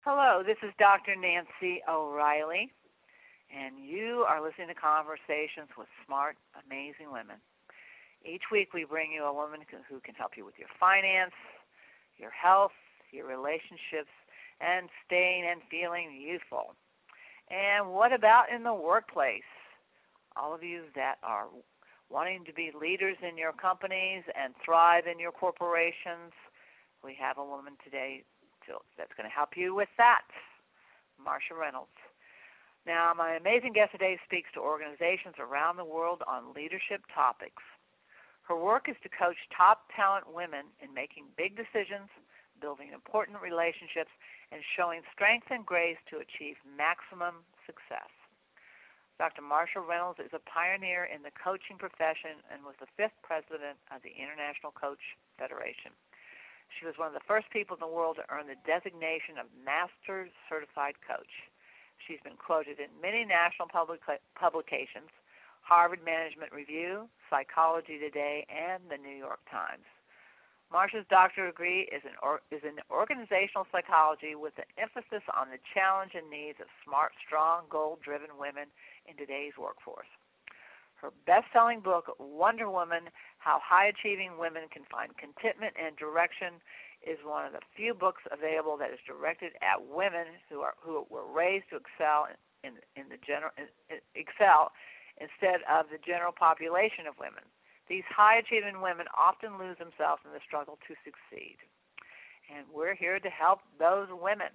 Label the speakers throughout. Speaker 1: Hello, this is Dr. Nancy O'Reilly, and you are listening to Conversations with Smart, Amazing Women. Each week we bring you a woman who can help you with your finance, your health, your relationships, and staying and feeling youthful. And what about in the workplace? All of you that are wanting to be leaders in your companies and thrive in your corporations, we have a woman today to, that's going to help you with that, Marsha Reynolds. Now, my amazing guest today speaks to organizations around the world on leadership topics. Her work is to coach top talent women in making big decisions, building important relationships, and showing strength and grace to achieve maximum success. Dr. Marsha Reynolds is a pioneer in the coaching profession and was the fifth president of the International Coach Federation. She was one of the first people in the world to earn the designation of Master Certified Coach. She's been quoted in many national public, publications, Harvard Management Review, Psychology Today, and the New York Times. Marsha's doctoral degree is in, or, is in organizational psychology with an emphasis on the challenge and needs of smart, strong, goal-driven women in today's workforce. Her best-selling book, Wonder Woman: How High-Achieving Women Can Find Contentment and Direction, is one of the few books available that is directed at women who are who were raised to excel in, in the general in, in, excel instead of the general population of women. These high achieving women often lose themselves in the struggle to succeed. And we're here to help those women.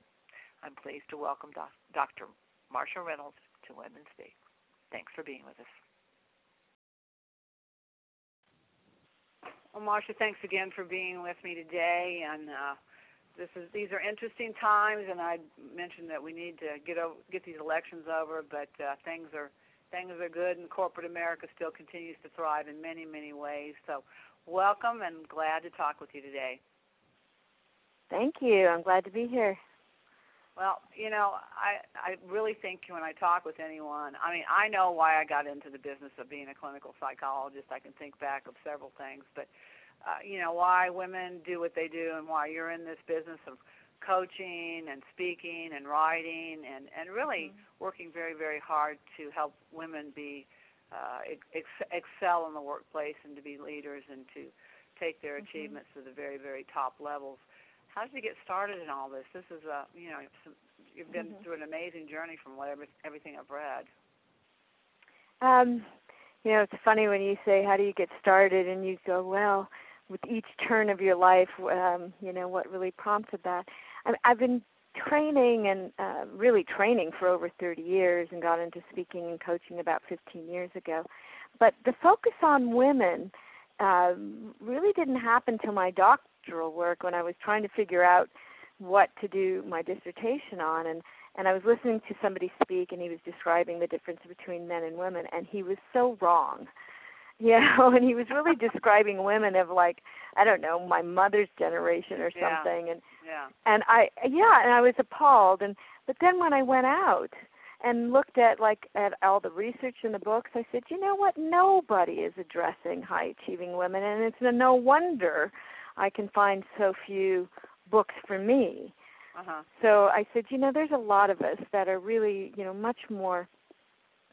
Speaker 1: I'm pleased to welcome doc- Dr. Marsha Reynolds to Women Speak. Thanks for being with us.
Speaker 2: Well, Marsha, thanks again for being with me today. And uh, this is these are interesting times. And I mentioned that we need to get over, get these elections over, but uh, things are things are good, and corporate America still continues to thrive in many many ways. So, welcome, and glad to talk with you today.
Speaker 3: Thank you. I'm glad to be here.
Speaker 2: Well, you know, I I really think when I talk with anyone, I mean, I know why I got into the business of being a clinical psychologist. I can think back of several things, but uh, you know, why women do what they do and why you're in this business of coaching and speaking and writing and and really mm-hmm. working very very hard to help women be uh ex- excel in the workplace and to be leaders and to take their mm-hmm. achievements to the very very top levels how did you get started in all this? This is a you know some, you've been mm-hmm. through an amazing journey from what every, everything I've read.
Speaker 3: Um, you know, it's funny when you say how do you get started, and you go well with each turn of your life. Um, you know what really prompted that. I, I've been training and uh, really training for over 30 years, and got into speaking and coaching about 15 years ago. But the focus on women uh, really didn't happen till my doc work when I was trying to figure out what to do my dissertation on and and I was listening to somebody speak and he was describing the difference between men and women and he was so wrong. You know, and he was really describing women of like I don't know, my mother's generation or something
Speaker 2: yeah.
Speaker 3: and
Speaker 2: yeah.
Speaker 3: and I yeah, and I was appalled and but then when I went out and looked at like at all the research in the books i said you know what nobody is addressing high achieving women and it's no wonder I can find so few books for me.
Speaker 2: Uh-huh.
Speaker 3: So I said, you know, there's a lot of us that are really, you know, much more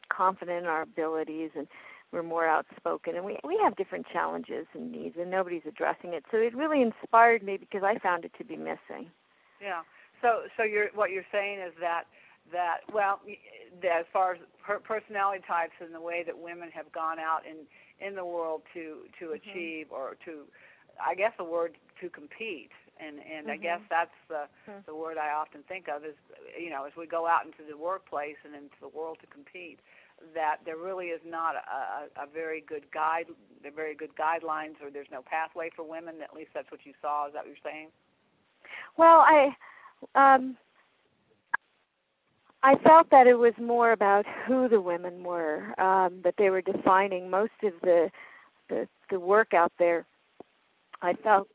Speaker 3: confident in our abilities and we're more outspoken and we we have different challenges and needs and nobody's addressing it. So it really inspired me because I found it to be missing.
Speaker 2: Yeah. So so you're what you're saying is that that well as far as per- personality types and the way that women have gone out in in the world to to mm-hmm. achieve or to I guess the word to compete, and and mm-hmm. I guess that's the mm-hmm. the word I often think of is you know as we go out into the workplace and into the world to compete, that there really is not a, a, a very good guide, there very good guidelines, or there's no pathway for women. At least that's what you saw. Is that what you're saying?
Speaker 3: Well, I. Um, I felt that it was more about who the women were, um, that they were defining most of the, the the work out there I felt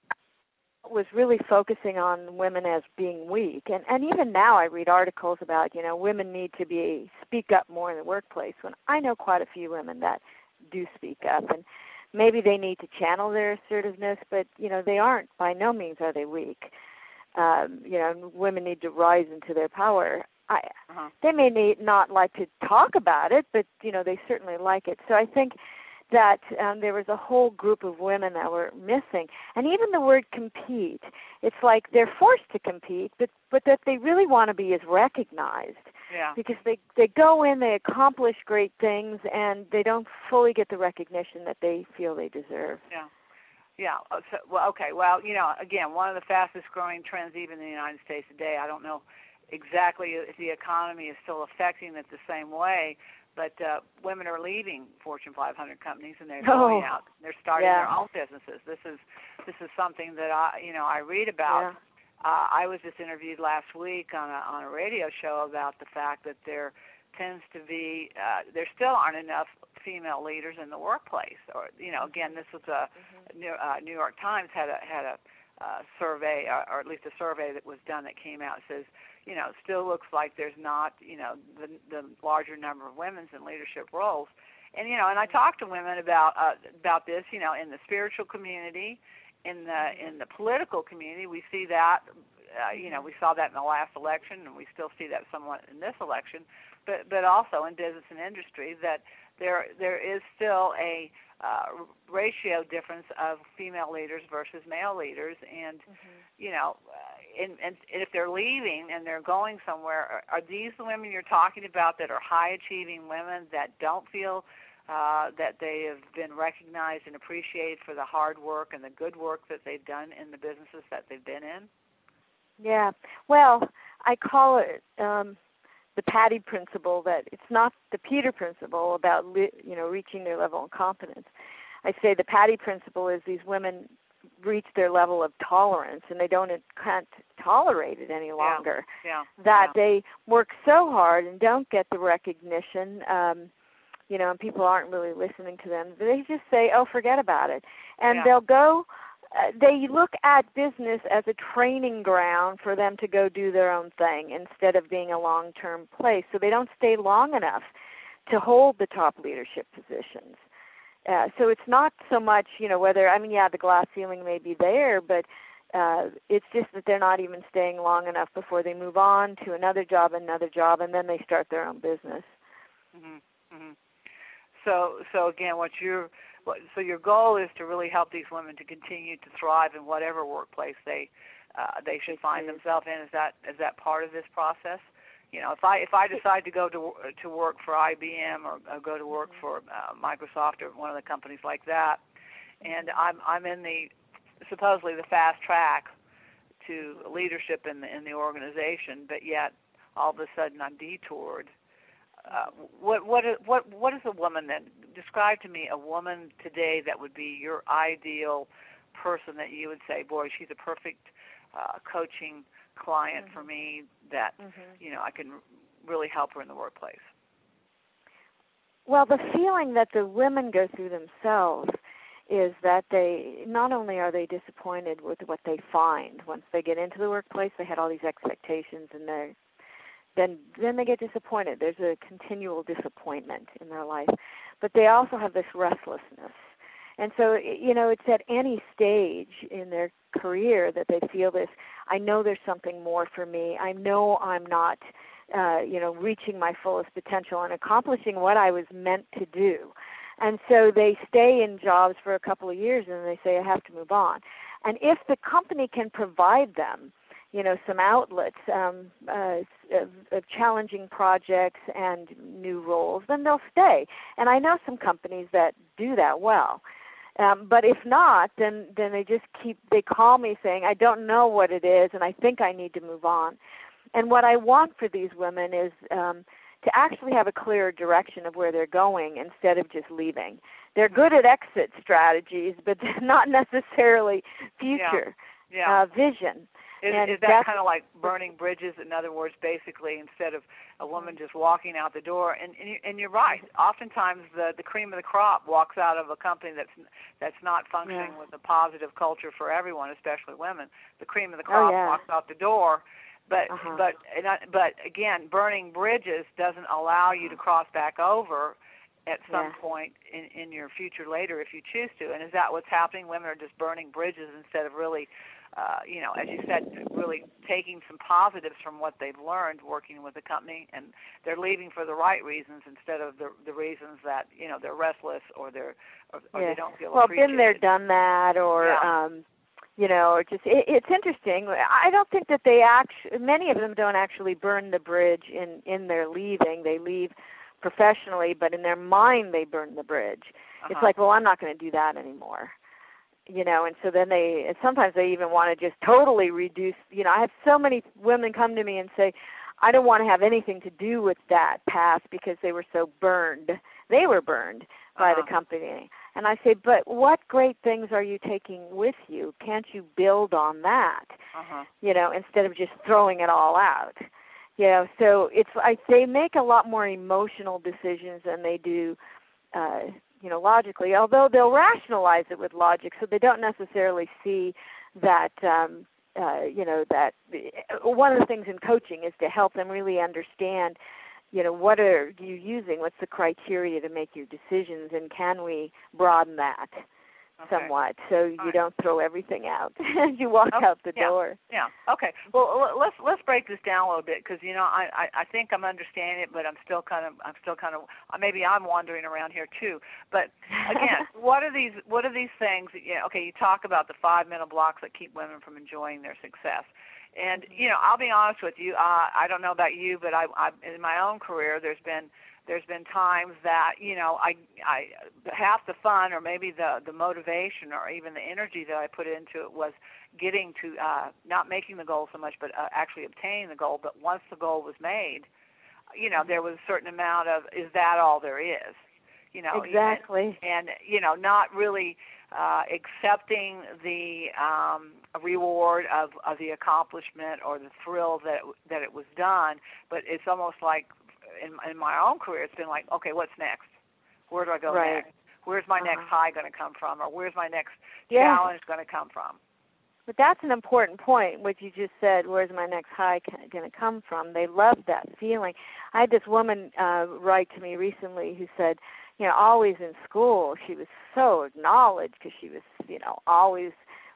Speaker 3: was really focusing on women as being weak. And and even now I read articles about, you know, women need to be speak up more in the workplace when I know quite a few women that do speak up and maybe they need to channel their assertiveness, but you know, they aren't by no means are they weak. um, you know, women need to rise into their power. I,
Speaker 2: Uh-huh.
Speaker 3: they may need, not like to talk about it, but you know, they certainly like it. So I think that um, there was a whole group of women that were missing, and even the word compete, it's like they're forced to compete, but but that they really want to be is recognized
Speaker 2: Yeah.
Speaker 3: because they they go in, they accomplish great things, and they don't fully get the recognition that they feel they deserve.
Speaker 2: Yeah. Yeah. Oh, So, well, okay. Well, you know, again, one of the fastest growing trends even in the United States today. I don't know exactly if the economy is still affecting it the same way, but uh, women are leaving Fortune 500 companies and they're going
Speaker 3: Oh.
Speaker 2: out. They're starting
Speaker 3: Yeah.
Speaker 2: their own businesses. This is this is something that I, you know, I read about.
Speaker 3: Yeah.
Speaker 2: Uh, I was just interviewed last week on a on a radio show about the fact that there tends to be uh, there still aren't enough female leaders in the workplace. Or you know, again, this was a New, uh, New York Times had a had a uh, survey, or, or at least a survey that was done that came out says, you know, still looks like there's not you know the the larger number of women's in leadership roles. And you know, and I talked to women about uh, about this, you know, in the spiritual community, in the in the political community we see that uh, you know we saw that in the last election and we still see that somewhat in this election but but also in business and industry that there there is still a uh, ratio difference of female leaders versus male leaders and you know uh, and, and and if they're leaving and they're going somewhere are, are these the women you're talking about that are high achieving women that don't feel uh, that they have been recognized and appreciated for the hard work and the good work that they've done in the businesses that they've been in.
Speaker 3: Yeah. Well, I call it um, the Patty principle. That it's not the Peter principle about li- you know reaching their level of competence. I say the Patty principle is these women reach their level of tolerance and they don't uh, can't tolerate it any longer.
Speaker 2: Yeah.
Speaker 3: That
Speaker 2: yeah.
Speaker 3: they work so hard and don't get the recognition. Um, you know, and people aren't really listening to them. They just say, "Oh, forget about it," and
Speaker 2: Yeah.
Speaker 3: they'll go. Uh, they look at business as a training ground for them to go do their own thing instead of being a long-term place. So they don't stay long enough to hold the top leadership positions. Uh, so it's not so much, you know, whether I mean, yeah, the glass ceiling may be there, but uh, it's just that they're not even staying long enough before they move on to another job, another job, and then they start their own business.
Speaker 2: Mhm, mhm. So, so again, what your what, so your goal is to really help these women to continue to thrive in whatever workplace they uh, they should find
Speaker 3: Yes.
Speaker 2: themselves in. Is that is that part of this process? You know, if I if I decide to go to to work for IBM or, or go to work for uh, Microsoft or one of the companies like that, and I'm I'm in the supposedly the fast track to leadership in the in the organization, but yet all of a sudden I'm detoured. Uh, what what is- what what is a woman then? Describe to me a woman today that would be your ideal person that you would say, boy, she's a perfect uh, coaching client for me. That
Speaker 3: Mm-hmm.
Speaker 2: you know I can really help her in the workplace.
Speaker 3: Well, the feeling that the women go through themselves is that they not only are they disappointed with what they find once they get into the workplace, they had all these expectations and they then then they get disappointed. There's a continual disappointment in their life, but they also have this restlessness. And so, y- you know, it's at any stage in their career that they feel this. I know there's something more for me. I know I'm not, uh, you know, reaching my fullest potential and accomplishing what I was meant to do. And so they stay in jobs for a couple of years and they say, I have to move on. And if the company can provide them, you know, some outlets um, uh, s- of, of challenging projects and new roles, then they'll stay. And I know some companies that do that well. Um, but if not, then then they just keep they call me saying I don't know what it is, and I think I need to move on. And what I want for these women is um, to actually have a clearer direction of where they're going instead of just leaving. They're good at exit strategies, but they're not necessarily future
Speaker 2: Yeah.
Speaker 3: uh, vision.
Speaker 2: Is,
Speaker 3: And
Speaker 2: is that
Speaker 3: that's-
Speaker 2: kind of like burning bridges? In other words, basically, instead of a woman just walking out the door, and and, you, and you're right. Oftentimes, the the cream of the crop walks out of a company that's that's not functioning
Speaker 3: Yeah.
Speaker 2: with a positive culture for everyone, especially women. The cream of the
Speaker 3: Oh,
Speaker 2: crop
Speaker 3: yeah.
Speaker 2: walks out the door, but
Speaker 3: Uh-huh.
Speaker 2: but and I, but again, burning bridges doesn't allow you to
Speaker 3: Uh-huh.
Speaker 2: cross back over at some
Speaker 3: Yeah.
Speaker 2: point in in your future later if you choose to. And is that what's happening? Women are just burning bridges instead of really uh, you know, as you said, really taking some positives from what they've learned working with the company, and they're leaving for the right reasons instead of the the reasons that you know they're restless or they're or, or
Speaker 3: yeah.
Speaker 2: they don't feel
Speaker 3: well,
Speaker 2: appreciated.
Speaker 3: been there, done that, or
Speaker 2: Yeah.
Speaker 3: um, you know, or just it, it's interesting. I don't think that they actually many of them don't actually burn the bridge in in their leaving. They leave professionally, but in their mind they burn the bridge. It's
Speaker 2: Uh-huh.
Speaker 3: like, well, I'm not going to do that anymore. You know, and so then they and sometimes they even want to just totally reduce. You know, I have so many women come to me and say, I don't want to have anything to do with that past because they were so burned. They were burned by the
Speaker 2: Uh-huh.
Speaker 3: company. And I say, but what great things are you taking with you? Can't you build on that?
Speaker 2: Uh-huh.
Speaker 3: You know, instead of just throwing it all out. You know, so it's like they make a lot more emotional decisions than they do, uh, you know, logically. Although they'll rationalize it with logic, so they don't necessarily see that. Um, uh, you know that eh, one of the things in coaching is to help them really understand you know what are you using what's the criteria to make your decisions and can we broaden that
Speaker 2: Okay.
Speaker 3: somewhat so you
Speaker 2: Alright.
Speaker 3: don't throw everything out as you walk
Speaker 2: Oh,
Speaker 3: out the
Speaker 2: yeah.
Speaker 3: door
Speaker 2: Yeah. Okay. Well, l- let's let's break this down a little bit because you know I, I I think I'm understanding it, but I'm still kind of I'm still kind of uh, maybe I'm wandering around here too. But again, what are these what are these things? That, yeah. Okay. You talk about the five mental blocks that keep women from enjoying their success. And you know, I'll be honest with you. Uh, I don't know about you, but I, I in my own career, there's been there's been times that you know I I half the fun or maybe the the motivation or even the energy that I put into it was getting to uh, not making the goal so much, but uh, actually obtaining the goal. But once the goal was made, you know, there was a certain amount of is that all there is, you know, and-
Speaker 3: exactly
Speaker 2: and you know not really uh, accepting the um, reward of, of the accomplishment or the thrill that it, w- that it was done, but it's almost like in, in my own career, it's been like, okay, what's next? Where do I go
Speaker 3: Right.
Speaker 2: next? Where's my next
Speaker 3: Uh-huh.
Speaker 2: high going to come from, or where's my next
Speaker 3: yeah
Speaker 2: challenge going to come from?
Speaker 3: but that's an important point what you just said where's my next high going to come from they love that feeling i had this woman uh write to me recently who said you know always in school she was so acknowledged because she was you know always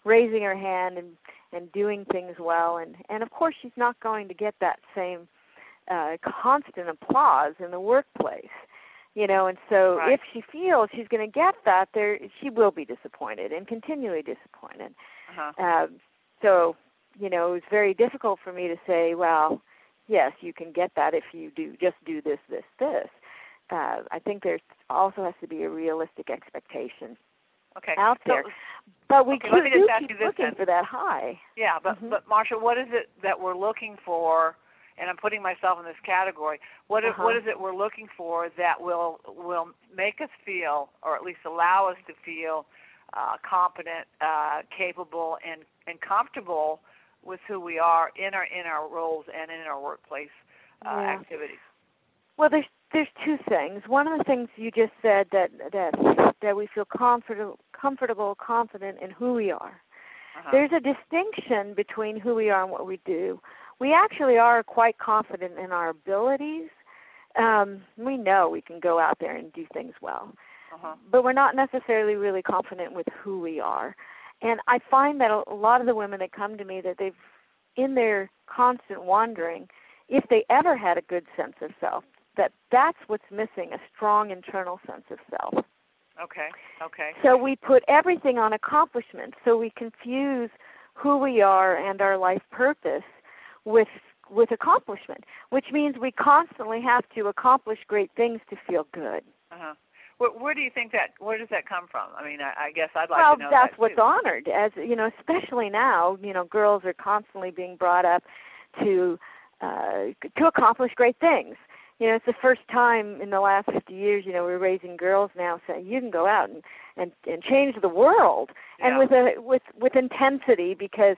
Speaker 3: raising her hand and and doing things well and and of course she's not going to get that same uh constant applause in the workplace you know and so
Speaker 2: Right.
Speaker 3: if she feels she's going to get that there she will be disappointed and continually disappointed
Speaker 2: Uh-huh.
Speaker 3: um, so, you know, it was very difficult for me to say, well, yes, you can get that if you do just do this, this, this. Uh, I think there also has to be a realistic expectation
Speaker 2: Okay.
Speaker 3: out
Speaker 2: So-
Speaker 3: there. But we
Speaker 2: okay,
Speaker 3: keep,
Speaker 2: let me just
Speaker 3: do
Speaker 2: ask
Speaker 3: keep
Speaker 2: you this
Speaker 3: looking
Speaker 2: then.
Speaker 3: for that high.
Speaker 2: Yeah, but
Speaker 3: Mhm.
Speaker 2: but Marsha, what is it that we're looking for? And I'm putting myself in this category. What is,
Speaker 3: Uh-huh.
Speaker 2: what is it we're looking for that will will make us feel, or at least allow us to feel, uh, competent, uh, capable, and and comfortable with who we are in our in our roles and in our workplace uh,
Speaker 3: Yeah.
Speaker 2: activities.
Speaker 3: Well, there's there's two things. One of the things you just said that that that we feel comfortable, comfortable, confident in who we are.
Speaker 2: Uh-huh.
Speaker 3: there's a distinction between who we are and what we do. We actually are quite confident in our abilities. Um, we know we can go out there and do things well,
Speaker 2: uh-huh.
Speaker 3: but we're not necessarily really confident with who we are. And I find that a a lot of the women that come to me that they've in their constant wandering, if they ever had a good sense of self, that that's what's missing, a strong internal sense of self.
Speaker 2: Okay. Okay.
Speaker 3: So we put everything on accomplishment. So we confuse who we are and our life purpose with with accomplishment, which means we constantly have to accomplish great things to feel good.
Speaker 2: Uh-huh. Where, where do you think that? Where does that come from? I mean, I, I guess I'd like
Speaker 3: well,
Speaker 2: to know
Speaker 3: that's
Speaker 2: that
Speaker 3: what's
Speaker 2: too.
Speaker 3: honored as you know, especially now, you know, girls are constantly being brought up to uh to accomplish great things. You know, it's the first time in the last 50 years, you know, we're raising girls now saying you can go out and and and change the world. and
Speaker 2: Yeah.
Speaker 3: with a with with intensity because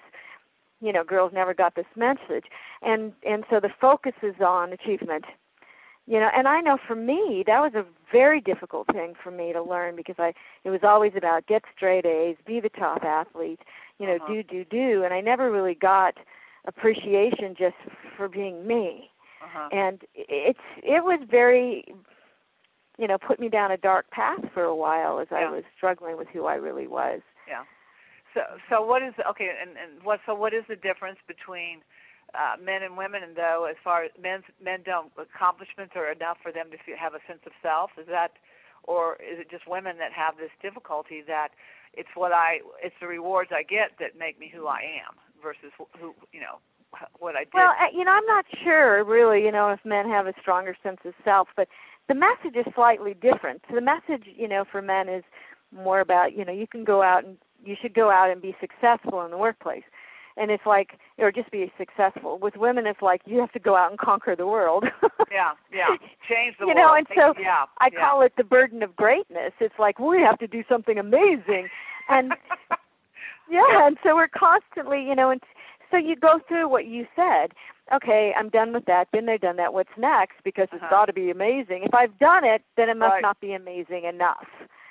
Speaker 3: you know girls never got this message and and so the focus is on achievement you know and i know for me that was a very difficult thing for me to learn because i it was always about get straight a's be the top athlete you know
Speaker 2: Uh-huh.
Speaker 3: do do do and i never really got appreciation just for being me
Speaker 2: uh-huh.
Speaker 3: and it's it was very you know put me down a dark path for a while as i
Speaker 2: Yeah.
Speaker 3: was struggling with who i really was
Speaker 2: Yeah. So so what is okay and, and what so what is the difference between uh, men and women and though as far as men's men don't accomplishments are enough for them to feel, have a sense of self is that or is it just women that have this difficulty that it's what I it's the rewards I get that make me who I am versus wh- who you know wh- what I did.
Speaker 3: Well, uh, you know, I'm not sure really, you know, if men have a stronger sense of self, but the message is slightly different. So the message, you know, for men is more about, you know, you can go out and you should go out and be successful in the workplace. And it's like, or just be successful. With women, it's like you have to go out and conquer the world.
Speaker 2: yeah, yeah, change the
Speaker 3: you
Speaker 2: world.
Speaker 3: know, and so
Speaker 2: yeah,
Speaker 3: I
Speaker 2: yeah.
Speaker 3: call it the burden of greatness. It's like we have to do something amazing, and yeah, and so we're constantly, you know, and so you go through what you said. Okay, I'm done with that. Been there, done that. What's next? Because it's
Speaker 2: Uh-huh.
Speaker 3: got to be amazing. If I've done it, then it must
Speaker 2: Right.
Speaker 3: not be amazing enough.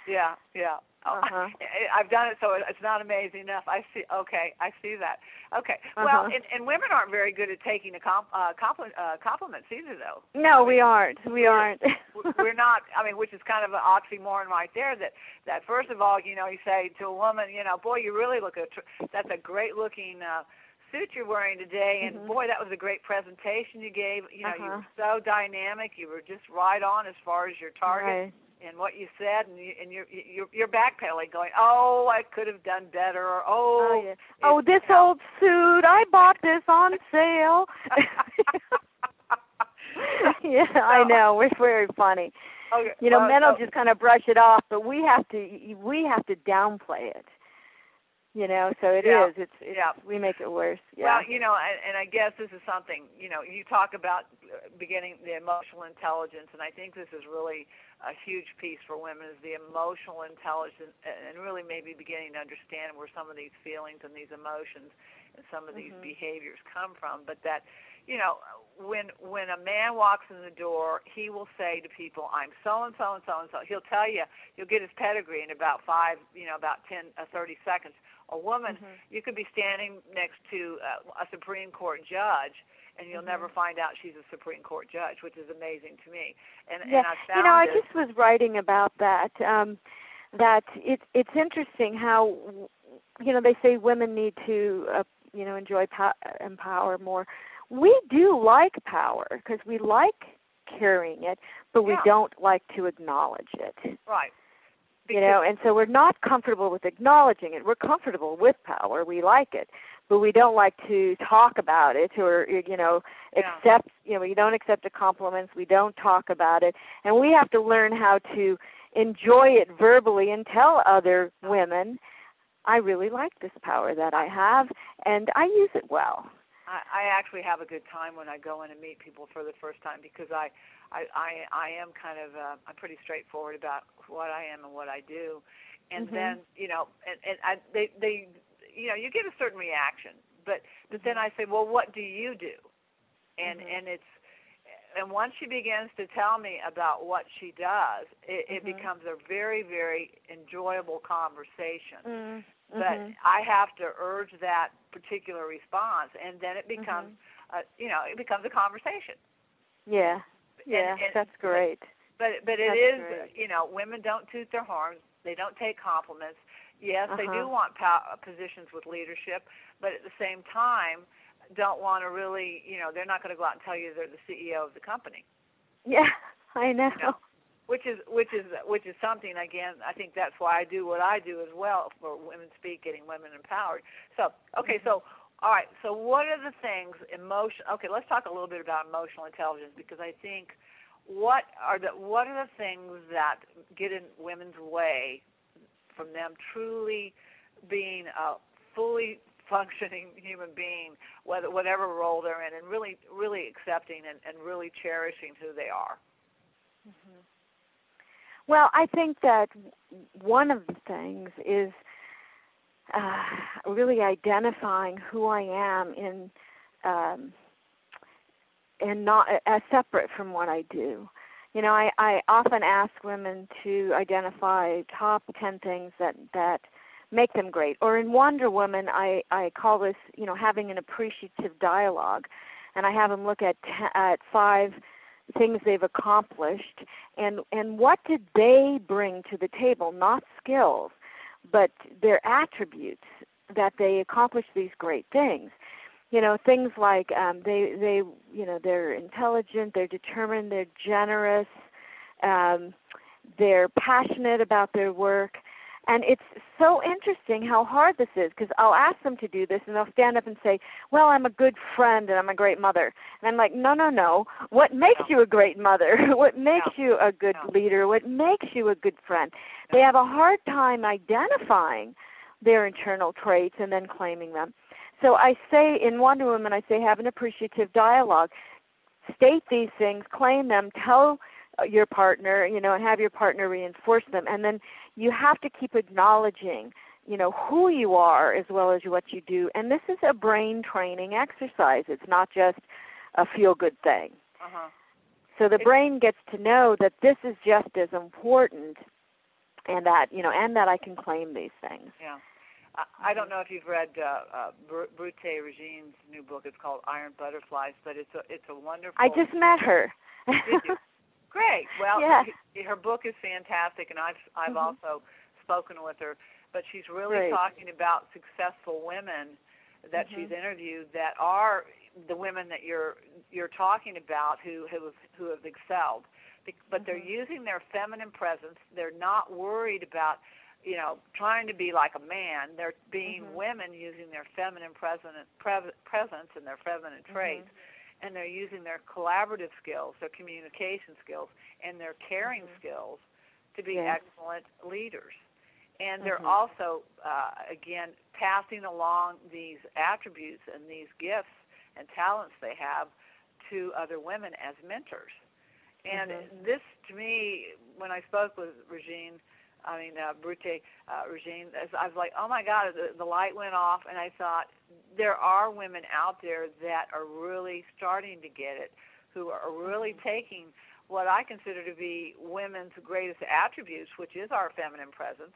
Speaker 2: Yeah, yeah. Oh,
Speaker 3: Uh-huh.
Speaker 2: I- I've done it, so it- it's not amazing enough. I see. Okay, I see that. Okay. Well,
Speaker 3: Uh-huh.
Speaker 2: and, and women aren't very good at taking a comp, uh, compli- uh, compliments either, though.
Speaker 3: No, we aren't. We
Speaker 2: We're-
Speaker 3: aren't.
Speaker 2: W- We're not. I mean, which is kind of an oxymoron right there. That that first of all, you know, you say to a woman, you know, boy, you really look a. Tr- that's a great looking. Uh, suit you're wearing today and
Speaker 3: Mhm.
Speaker 2: boy that was a great presentation you gave you know you
Speaker 3: Uh-huh.
Speaker 2: were so dynamic you were just right on as far as your target
Speaker 3: Right.
Speaker 2: and what you said and, you, and you're, you're you're backpedaling going oh i could have done better or oh,
Speaker 3: Oh, yeah. oh,
Speaker 2: it's-
Speaker 3: this old suit. I bought this on sale. yeah, I
Speaker 2: So-
Speaker 3: know. We're very funny.
Speaker 2: Okay,
Speaker 3: You know,
Speaker 2: well,
Speaker 3: men will
Speaker 2: so-
Speaker 3: just kind of brush it off, but we have to we have to downplay it. You know, so it is.
Speaker 2: Yeah.
Speaker 3: It's, it's
Speaker 2: Yeah.
Speaker 3: we make it worse.
Speaker 2: well
Speaker 3: Yeah.
Speaker 2: you know and, and i guess this is something you know you talk about uh, beginning the emotional intelligence and i think this is really a huge piece for women is the emotional intelligence and really maybe beginning to understand where some of these feelings and these emotions and some of these
Speaker 3: Mhm.
Speaker 2: behaviors come from but that you know when when a man walks in the door he will say to people i'm so and so and so and so he'll tell you you'll get his pedigree in about five you know about ten uh, thirty seconds a woman
Speaker 3: Mhm.
Speaker 2: you could be standing next to uh, a supreme court judge and you'll
Speaker 3: Mhm.
Speaker 2: never find out she's a supreme court judge which is amazing to me and
Speaker 3: Yeah.
Speaker 2: and i found
Speaker 3: you know, I
Speaker 2: it,
Speaker 3: just was writing about that. Um, that it it's interesting how you know they say women need to uh, you know enjoy pow- and power more. We do like power because we like carrying it, but we
Speaker 2: Yeah.
Speaker 3: don't like to acknowledge it.
Speaker 2: right
Speaker 3: you know, and so we're not comfortable with acknowledging it. We're comfortable with power. We like it, but we don't like to talk about it or you know
Speaker 2: Yeah.
Speaker 3: accept. You know, we don't accept the compliments. We don't talk about it, and we have to learn how to enjoy it verbally and tell other women, "I really like this power that I have, and I use it well."
Speaker 2: I, I actually have a good time when I go in and meet people for the first time because I, I, I, I am kind of uh, I'm pretty straightforward about what I am and what I do, and
Speaker 3: Mhm.
Speaker 2: then you know, and, and I, they, they, you know, you get a certain reaction, but but then I say, well, what do you do? And
Speaker 3: Mhm.
Speaker 2: and it's and once she begins to tell me about what she does, it, it
Speaker 3: Mhm.
Speaker 2: becomes a very very enjoyable conversation
Speaker 3: Mm,
Speaker 2: but
Speaker 3: mhm.
Speaker 2: I have to urge that particular response, and then it
Speaker 3: Mm-hmm.
Speaker 2: becomes, uh, you know, it becomes a conversation.
Speaker 3: Mm-hmm. yeah,
Speaker 2: And-
Speaker 3: yeah,
Speaker 2: and-
Speaker 3: that's great.
Speaker 2: But but it
Speaker 3: That's
Speaker 2: is,
Speaker 3: great.
Speaker 2: you know, women don't toot their horns. They don't take compliments. Yes, they do
Speaker 3: Uh-huh.
Speaker 2: want pow- positions with leadership, but at the same time, don't want to really, you know, they're not going to go out and tell you they're the CEO of the company,
Speaker 3: Yeah, I know.
Speaker 2: know, which is which is which is something. Again, I think that's why I do what I do as well for women speak, getting women empowered. So, okay, so all right, so what are the things emotion? Okay, let's talk a little bit about emotional intelligence because I think what are the what are the things that get in women's way from them truly being a fully functioning human being, whether whatever role they're in, and really really accepting and, and really cherishing who they are.
Speaker 3: Well, I think that one of the things is uh, really identifying who I am in, um, and not as separate from what I do. You know, I, I often ask women to identify top ten things that that make them great. Or in Wonder Woman, I I call this you know having an appreciative dialogue, and I have them look at te- at five things they've accomplished and and what did they bring to the table not skills but their attributes that they accomplish these great things you know things like um they they you know they're intelligent they're determined they're generous um they're passionate about their work and it's so interesting how hard this is because I'll ask them to do this and they'll stand up and say, Well, I'm a good friend and I'm a great mother. And I'm like, No, no, no. What makes
Speaker 2: No.
Speaker 3: you a great mother? what makes
Speaker 2: No.
Speaker 3: you a good
Speaker 2: No.
Speaker 3: leader? What makes you a good friend? They have a hard time identifying their internal traits and then claiming them. So I say in Wonder Woman, I say, Have an appreciative dialogue. State these things, claim them, tell uh, your partner, you know, and have your partner reinforce them. And then you have to keep acknowledging you know who you are as well as what you do and this is a brain training exercise it's not just a feel good thing
Speaker 2: Uh-huh.
Speaker 3: so the
Speaker 2: It-
Speaker 3: brain gets to know that this is just as important and that you know and that i can claim these things
Speaker 2: Yeah. I, I don't know if you've read uh, uh, Br- Brute Regime's new book. It's called Iron Butterflies, but it's a it's a wonderful.
Speaker 3: i just met her
Speaker 2: Did you? Great. Well,
Speaker 3: Yeah.
Speaker 2: he- her book is fantastic, and I've I've
Speaker 3: Mhm.
Speaker 2: also spoken with her. But she's really
Speaker 3: Great.
Speaker 2: talking about successful women that she's
Speaker 3: Mhm.
Speaker 2: interviewed that are the women that you're you're talking about who who have, who have excelled, Be- but they're
Speaker 3: Mhm.
Speaker 2: using their feminine presence. They're not worried about you know trying to be like a man. They're being
Speaker 3: Mhm.
Speaker 2: women using their feminine presence pre- presence and their feminine
Speaker 3: Mm-hmm.
Speaker 2: traits and they're using their collaborative skills, their communication skills, and their caring
Speaker 3: Mhm.
Speaker 2: skills to be
Speaker 3: Yes.
Speaker 2: excellent leaders. And they're
Speaker 3: Mhm.
Speaker 2: also, uh, again, passing along these attributes and these gifts and talents they have to other women as mentors. And
Speaker 3: Mhm.
Speaker 2: this, to me, when I spoke with Regine, I mean uh, Brute uh, Regine, as- I was like, oh my God, the, the light went off, and I thought there are women out there that are really starting to get it, who are really taking what I consider to be women's greatest attributes, which is our feminine presence,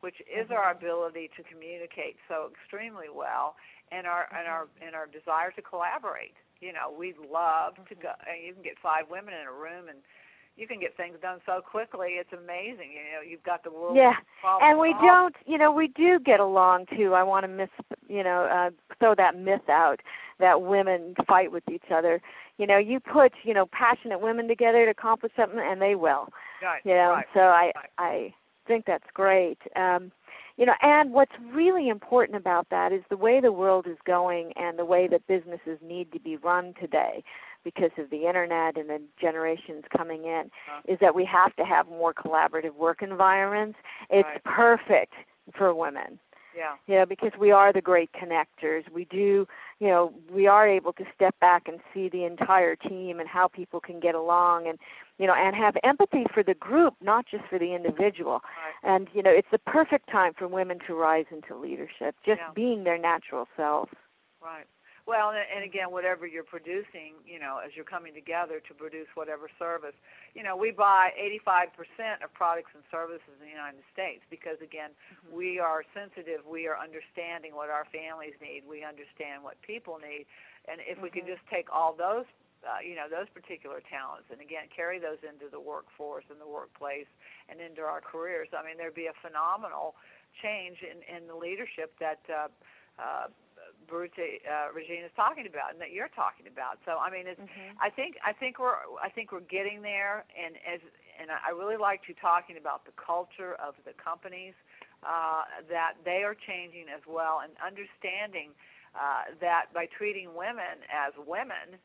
Speaker 2: which is our
Speaker 3: Mhm.
Speaker 2: ability to communicate so extremely well, and our and our and our desire to collaborate. You know, we love to go. And you can get five women in a room, and you can get things done so quickly. It's amazing. You know, you've got the world.
Speaker 3: yeah
Speaker 2: problem
Speaker 3: and we
Speaker 2: solved.
Speaker 3: don't you know we do get along too i want to miss you know uh throw that myth out that women fight with each other you know you put you know passionate women together to accomplish something and they will
Speaker 2: Right.
Speaker 3: you know
Speaker 2: Right.
Speaker 3: so i
Speaker 2: right.
Speaker 3: i think that's great um you know and what's really important about that is the way the world is going and the way that businesses need to be run today because of the internet and the generations coming in
Speaker 2: Uh-huh.
Speaker 3: is that we have to have more collaborative work environments it's
Speaker 2: Right.
Speaker 3: perfect for women
Speaker 2: Yeah.
Speaker 3: you know because we are the great connectors we do you know we are able to step back and see the entire team and how people can get along and you know and have empathy for the group not just for the individual
Speaker 2: Right.
Speaker 3: and you know it's the perfect time for women to rise into leadership just
Speaker 2: Yeah.
Speaker 3: being their natural selves
Speaker 2: Right. Well, and, and again, whatever you're producing, you know, as you're coming together to produce whatever service, you know, we buy 85% of products and services in the United States because, again,
Speaker 3: Mm-hmm.
Speaker 2: we are sensitive. We are understanding what our families need. We understand what people need, and if we could
Speaker 3: Mhm.
Speaker 2: just take all those, uh, you know, those particular talents, and again, carry those into the workforce and the workplace and into our careers. I mean, there'd be a phenomenal change in in the leadership that. Uh, uh, Brute uh, Regine is talking about, and that you're talking about. So, I mean, it's
Speaker 3: Mm-hmm.
Speaker 2: I think I think we're I think we're getting there, and as and I really liked you talking about the culture of the companies uh, that they are changing as well, and understanding uh, that by treating women as women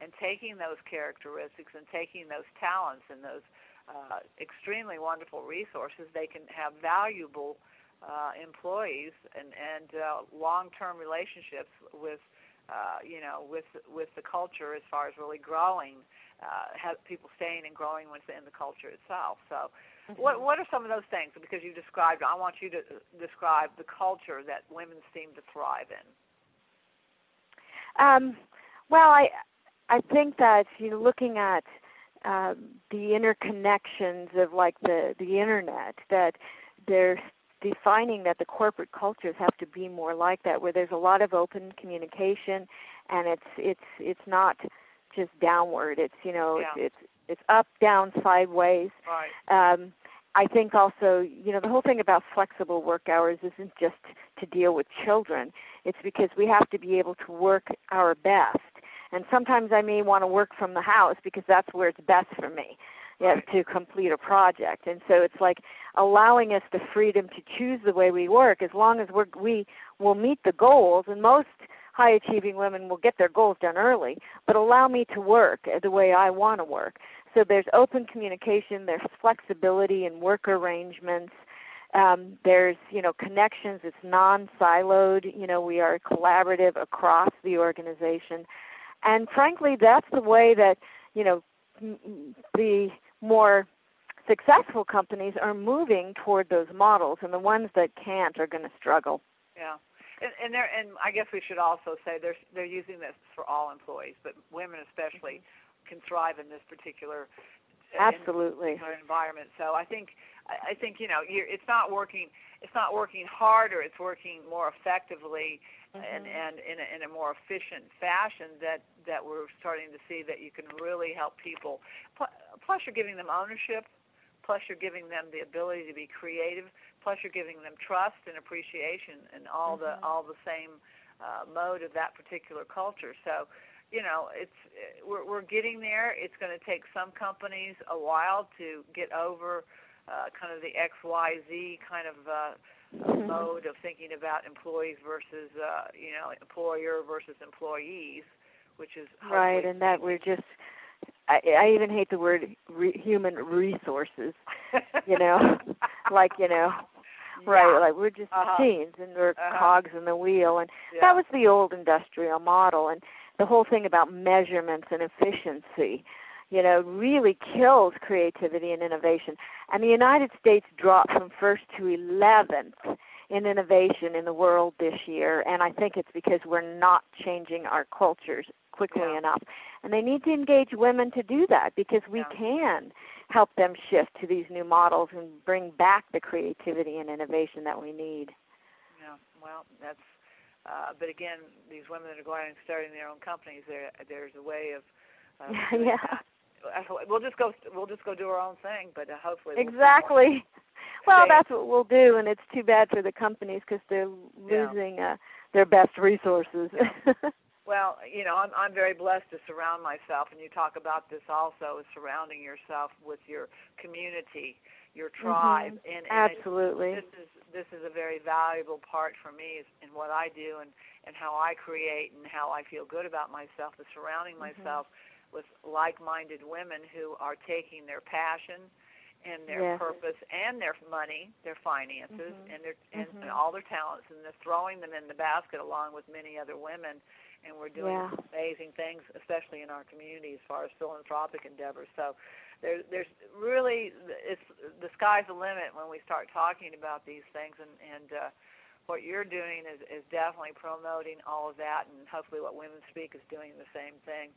Speaker 2: and taking those characteristics and taking those talents and those uh, extremely wonderful resources, they can have valuable uh, employees and and uh, long-term relationships with uh, you know, with with the culture as far as really growing, uh, have people staying and growing within the culture itself. So, what what are some of those things? Because you described, I want you to uh, describe the culture that women seem to thrive in.
Speaker 3: Um, well, I I think that you know, looking at um, the interconnections of like the the internet, that they're defining that the corporate cultures have to be more like that, where there's a lot of open communication, and it's it's it's not just downward. It's you know
Speaker 2: Yeah.
Speaker 3: it's it's it's up, down, sideways
Speaker 2: Right.
Speaker 3: um, I think also, you know, the whole thing about flexible work hours isn't just to deal with children. It's because we have to be able to work our best. And sometimes I may want to work from the house because that's where it's best for me yeah, to complete a project. And so it's like allowing us the freedom to choose the way we work as long as we're, we will meet the goals. And most high achieving women will get their goals done early, but allow me to work the way I want to work. So there's open communication, there's flexibility in work arrangements. Um, there's you know connections. It's non-siloed. You know we are collaborative across the organization, and frankly, that's the way that you know the more successful companies are moving toward those models, and the ones that can't are going to struggle.
Speaker 2: Yeah, and, and they're and I guess we should also say they're they're using this for all employees, but women especially mm-hmm. can thrive in this particular
Speaker 3: absolutely
Speaker 2: in, particular environment. So I think I think you know you're, it's not working it's not working harder, it's working more effectively. Mm-hmm. and, and in, a, in a more efficient fashion that, that we're starting to see that you can really help people. Plus, you're giving them ownership. Plus, you're giving them the ability to be creative. Plus, you're giving them trust and appreciation and all mm-hmm. the all the same uh, mode of that particular culture. So, you know, it's we're, we're getting there. It's going to take some companies a while to get over uh, kind of the X Y Z kind of. Uh, Mm-hmm. mode of thinking about employees versus uh, you know employer versus employees, which is
Speaker 3: right, and that we're just. I, I even hate the word re- human resources, you know, like you know, yeah. right? Like we're just uh-huh. machines and we're uh-huh. cogs in the wheel, and yeah. that was the old industrial model, and the whole thing about measurements and efficiency you know, really kills creativity and innovation. And the United States dropped from first to 11th in innovation in the world this year, and I think it's because we're not changing our cultures quickly yeah. enough. And they need to engage women to do that because we yeah. can help them shift to these new models and bring back the creativity and innovation that we need.
Speaker 2: Yeah, well, that's. Uh, but again, these women that are going and starting their own companies, there, there's a way of. Uh,
Speaker 3: yeah.
Speaker 2: That we'll just go we'll just go do our own thing but uh, hopefully
Speaker 3: we'll exactly well that's what we'll do and it's too bad for the companies because they're losing yeah. uh, their best resources
Speaker 2: yeah. well you know i'm i'm very blessed to surround myself and you talk about this also is surrounding yourself with your community your tribe
Speaker 3: mm-hmm.
Speaker 2: and, and
Speaker 3: absolutely
Speaker 2: it, this is this is a very valuable part for me in what i do and and how i create and how i feel good about myself is surrounding mm-hmm. myself with like-minded women who are taking their passion and their yes. purpose and their money, their finances, mm-hmm. and their and, mm-hmm. and, all their talents, and they're throwing them in the basket along with many other women, and we're doing yeah. amazing things, especially in our community as far as philanthropic endeavors. So, there, there's really it's the sky's the limit when we start talking about these things, and and uh, what you're doing is is definitely promoting all of that, and hopefully what Women Speak is doing the same thing.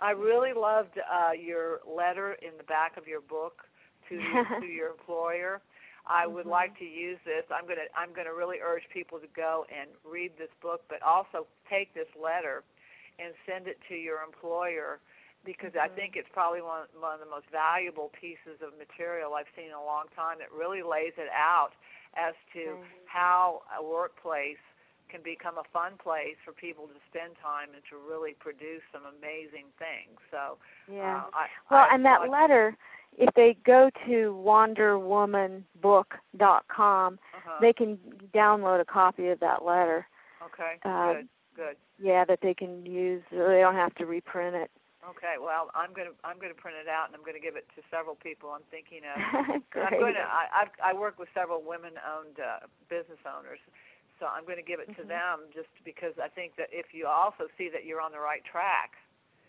Speaker 2: I really loved uh, your letter in the back of your book to to your employer. I would mm-hmm. like to use this. I'm gonna I'm gonna really urge people to go and read this book, but also take this letter and send it to your employer because mm-hmm. I think it's probably one one of the most valuable pieces of material I've seen in a long time that really lays it out as to mm-hmm. how a workplace can become a fun place for people to spend time and to really produce some amazing things. So,
Speaker 3: yeah.
Speaker 2: Uh, I,
Speaker 3: well,
Speaker 2: I,
Speaker 3: and that I, letter, if they go to wanderwomanbook.com, uh-huh. they can download a copy of that letter. Um,
Speaker 2: Okay. Uh, good. Good.
Speaker 3: Yeah, that they can use. They don't have to reprint it.
Speaker 2: Okay, well, I'm gonna I'm gonna print it out and I'm gonna give it to several people. I'm thinking of. I'm gonna I I've, I work with several women-owned uh, business owners, so I'm going to give it to mm-hmm. them just because I think that if you also see that you're on the right track,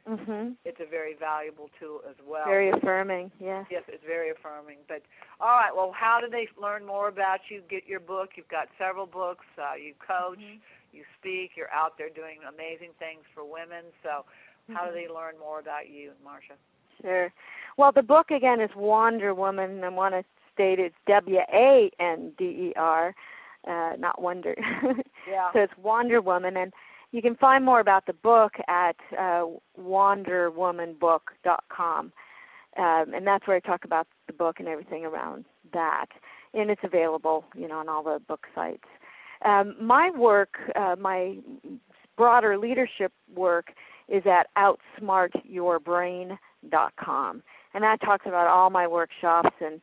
Speaker 3: mm-hmm.
Speaker 2: it's a very valuable tool as well.
Speaker 3: Very affirming, yes.
Speaker 2: Yes, it's very affirming. But all right, well, how do they learn more about you? Get your book. You've got several books. Uh, you coach, mm-hmm. you speak. You're out there doing amazing things for women. So how do they learn more about you, Marcia?
Speaker 3: Sure. Well, the book again is Wander Woman, and I want to state it's W A N D E R uh, not Wonder.
Speaker 2: yeah.
Speaker 3: So it's Wonder Woman, and you can find more about the book at uh, WanderWomanBook.com. um, and that's where I talk about the book and everything around that. And it's available, you know, on all the book sites. Um, my work, uh, my broader leadership work, is at outsmartyourbrain.com, and that talks about all my workshops and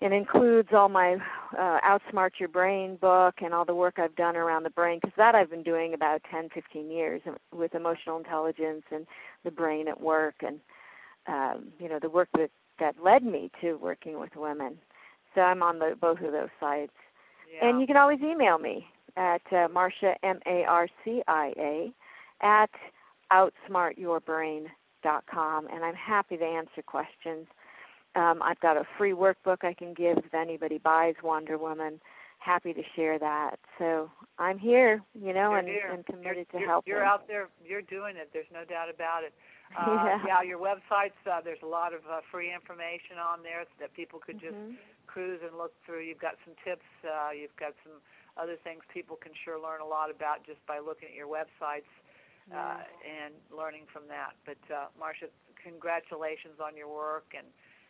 Speaker 3: it includes all my uh, outsmart your brain book and all the work i've done around the brain because that i've been doing about 10 15 years with emotional intelligence and the brain at work and um, you know the work that that led me to working with women so i'm on the, both of those sites
Speaker 2: Yeah.
Speaker 3: and you can always email me at uh, marcia m a r c i a at outsmartyourbrain.com and i'm happy to answer questions um, I've got a free workbook I can give if anybody buys Wonder Woman. Happy to share that. So I'm here, you know,
Speaker 2: You're
Speaker 3: and,
Speaker 2: here.
Speaker 3: and committed
Speaker 2: you're,
Speaker 3: to
Speaker 2: you're,
Speaker 3: help.
Speaker 2: You're
Speaker 3: them.
Speaker 2: out there. You're doing it. There's no doubt about it. Uh,
Speaker 3: Yeah.
Speaker 2: your website's uh, there's a lot of uh, free information on there that people could just
Speaker 3: Mhm.
Speaker 2: cruise and look through. You've got some tips. Uh, you've got some other things people can sure learn a lot about just by looking at your websites uh, and learning from that. But uh, Marcia, congratulations on your work and.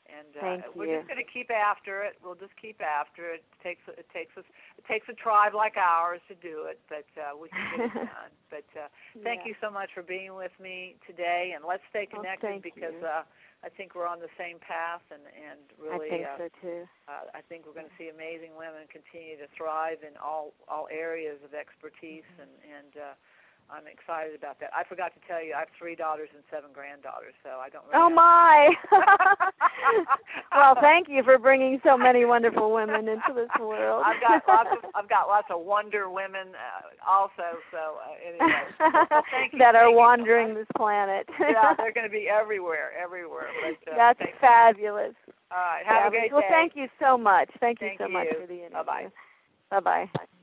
Speaker 2: And uh,
Speaker 3: Thank
Speaker 2: we're
Speaker 3: you.
Speaker 2: just going to keep after it. We'll just keep after it. It takes it takes us it takes a tribe like ours to do it, but uh, we can get it done. But uh, thank you so much for being with me today, and let's stay
Speaker 3: Well,
Speaker 2: connected
Speaker 3: thank
Speaker 2: because
Speaker 3: you.
Speaker 2: Uh, I think we're on the same path, and and
Speaker 3: I
Speaker 2: really,
Speaker 3: think
Speaker 2: uh,
Speaker 3: so too.
Speaker 2: uh, I think we're going to see amazing women continue to thrive in all all areas of expertise,
Speaker 3: Mm-hmm.
Speaker 2: and and uh, I'm excited about that. I forgot to tell you, I have three daughters and seven granddaughters, so I don't. Really
Speaker 3: Oh
Speaker 2: have-
Speaker 3: my! well, thank you for bringing so many wonderful women into this world.
Speaker 2: I've got lots of I've got lots of wonder women uh, also. So uh, anyway, well, thank you,
Speaker 3: that
Speaker 2: thank
Speaker 3: are
Speaker 2: you so
Speaker 3: wandering
Speaker 2: much.
Speaker 3: this planet.
Speaker 2: yeah, they're going to be everywhere, everywhere. But, uh,
Speaker 3: That's
Speaker 2: thank-
Speaker 3: fabulous.
Speaker 2: All right, have a
Speaker 3: fabulous.
Speaker 2: great
Speaker 3: well,
Speaker 2: day.
Speaker 3: thank you so much. Thank,
Speaker 2: Thank
Speaker 3: you so much
Speaker 2: you.
Speaker 3: for the interview.
Speaker 2: Bye-bye.
Speaker 3: Bye bye.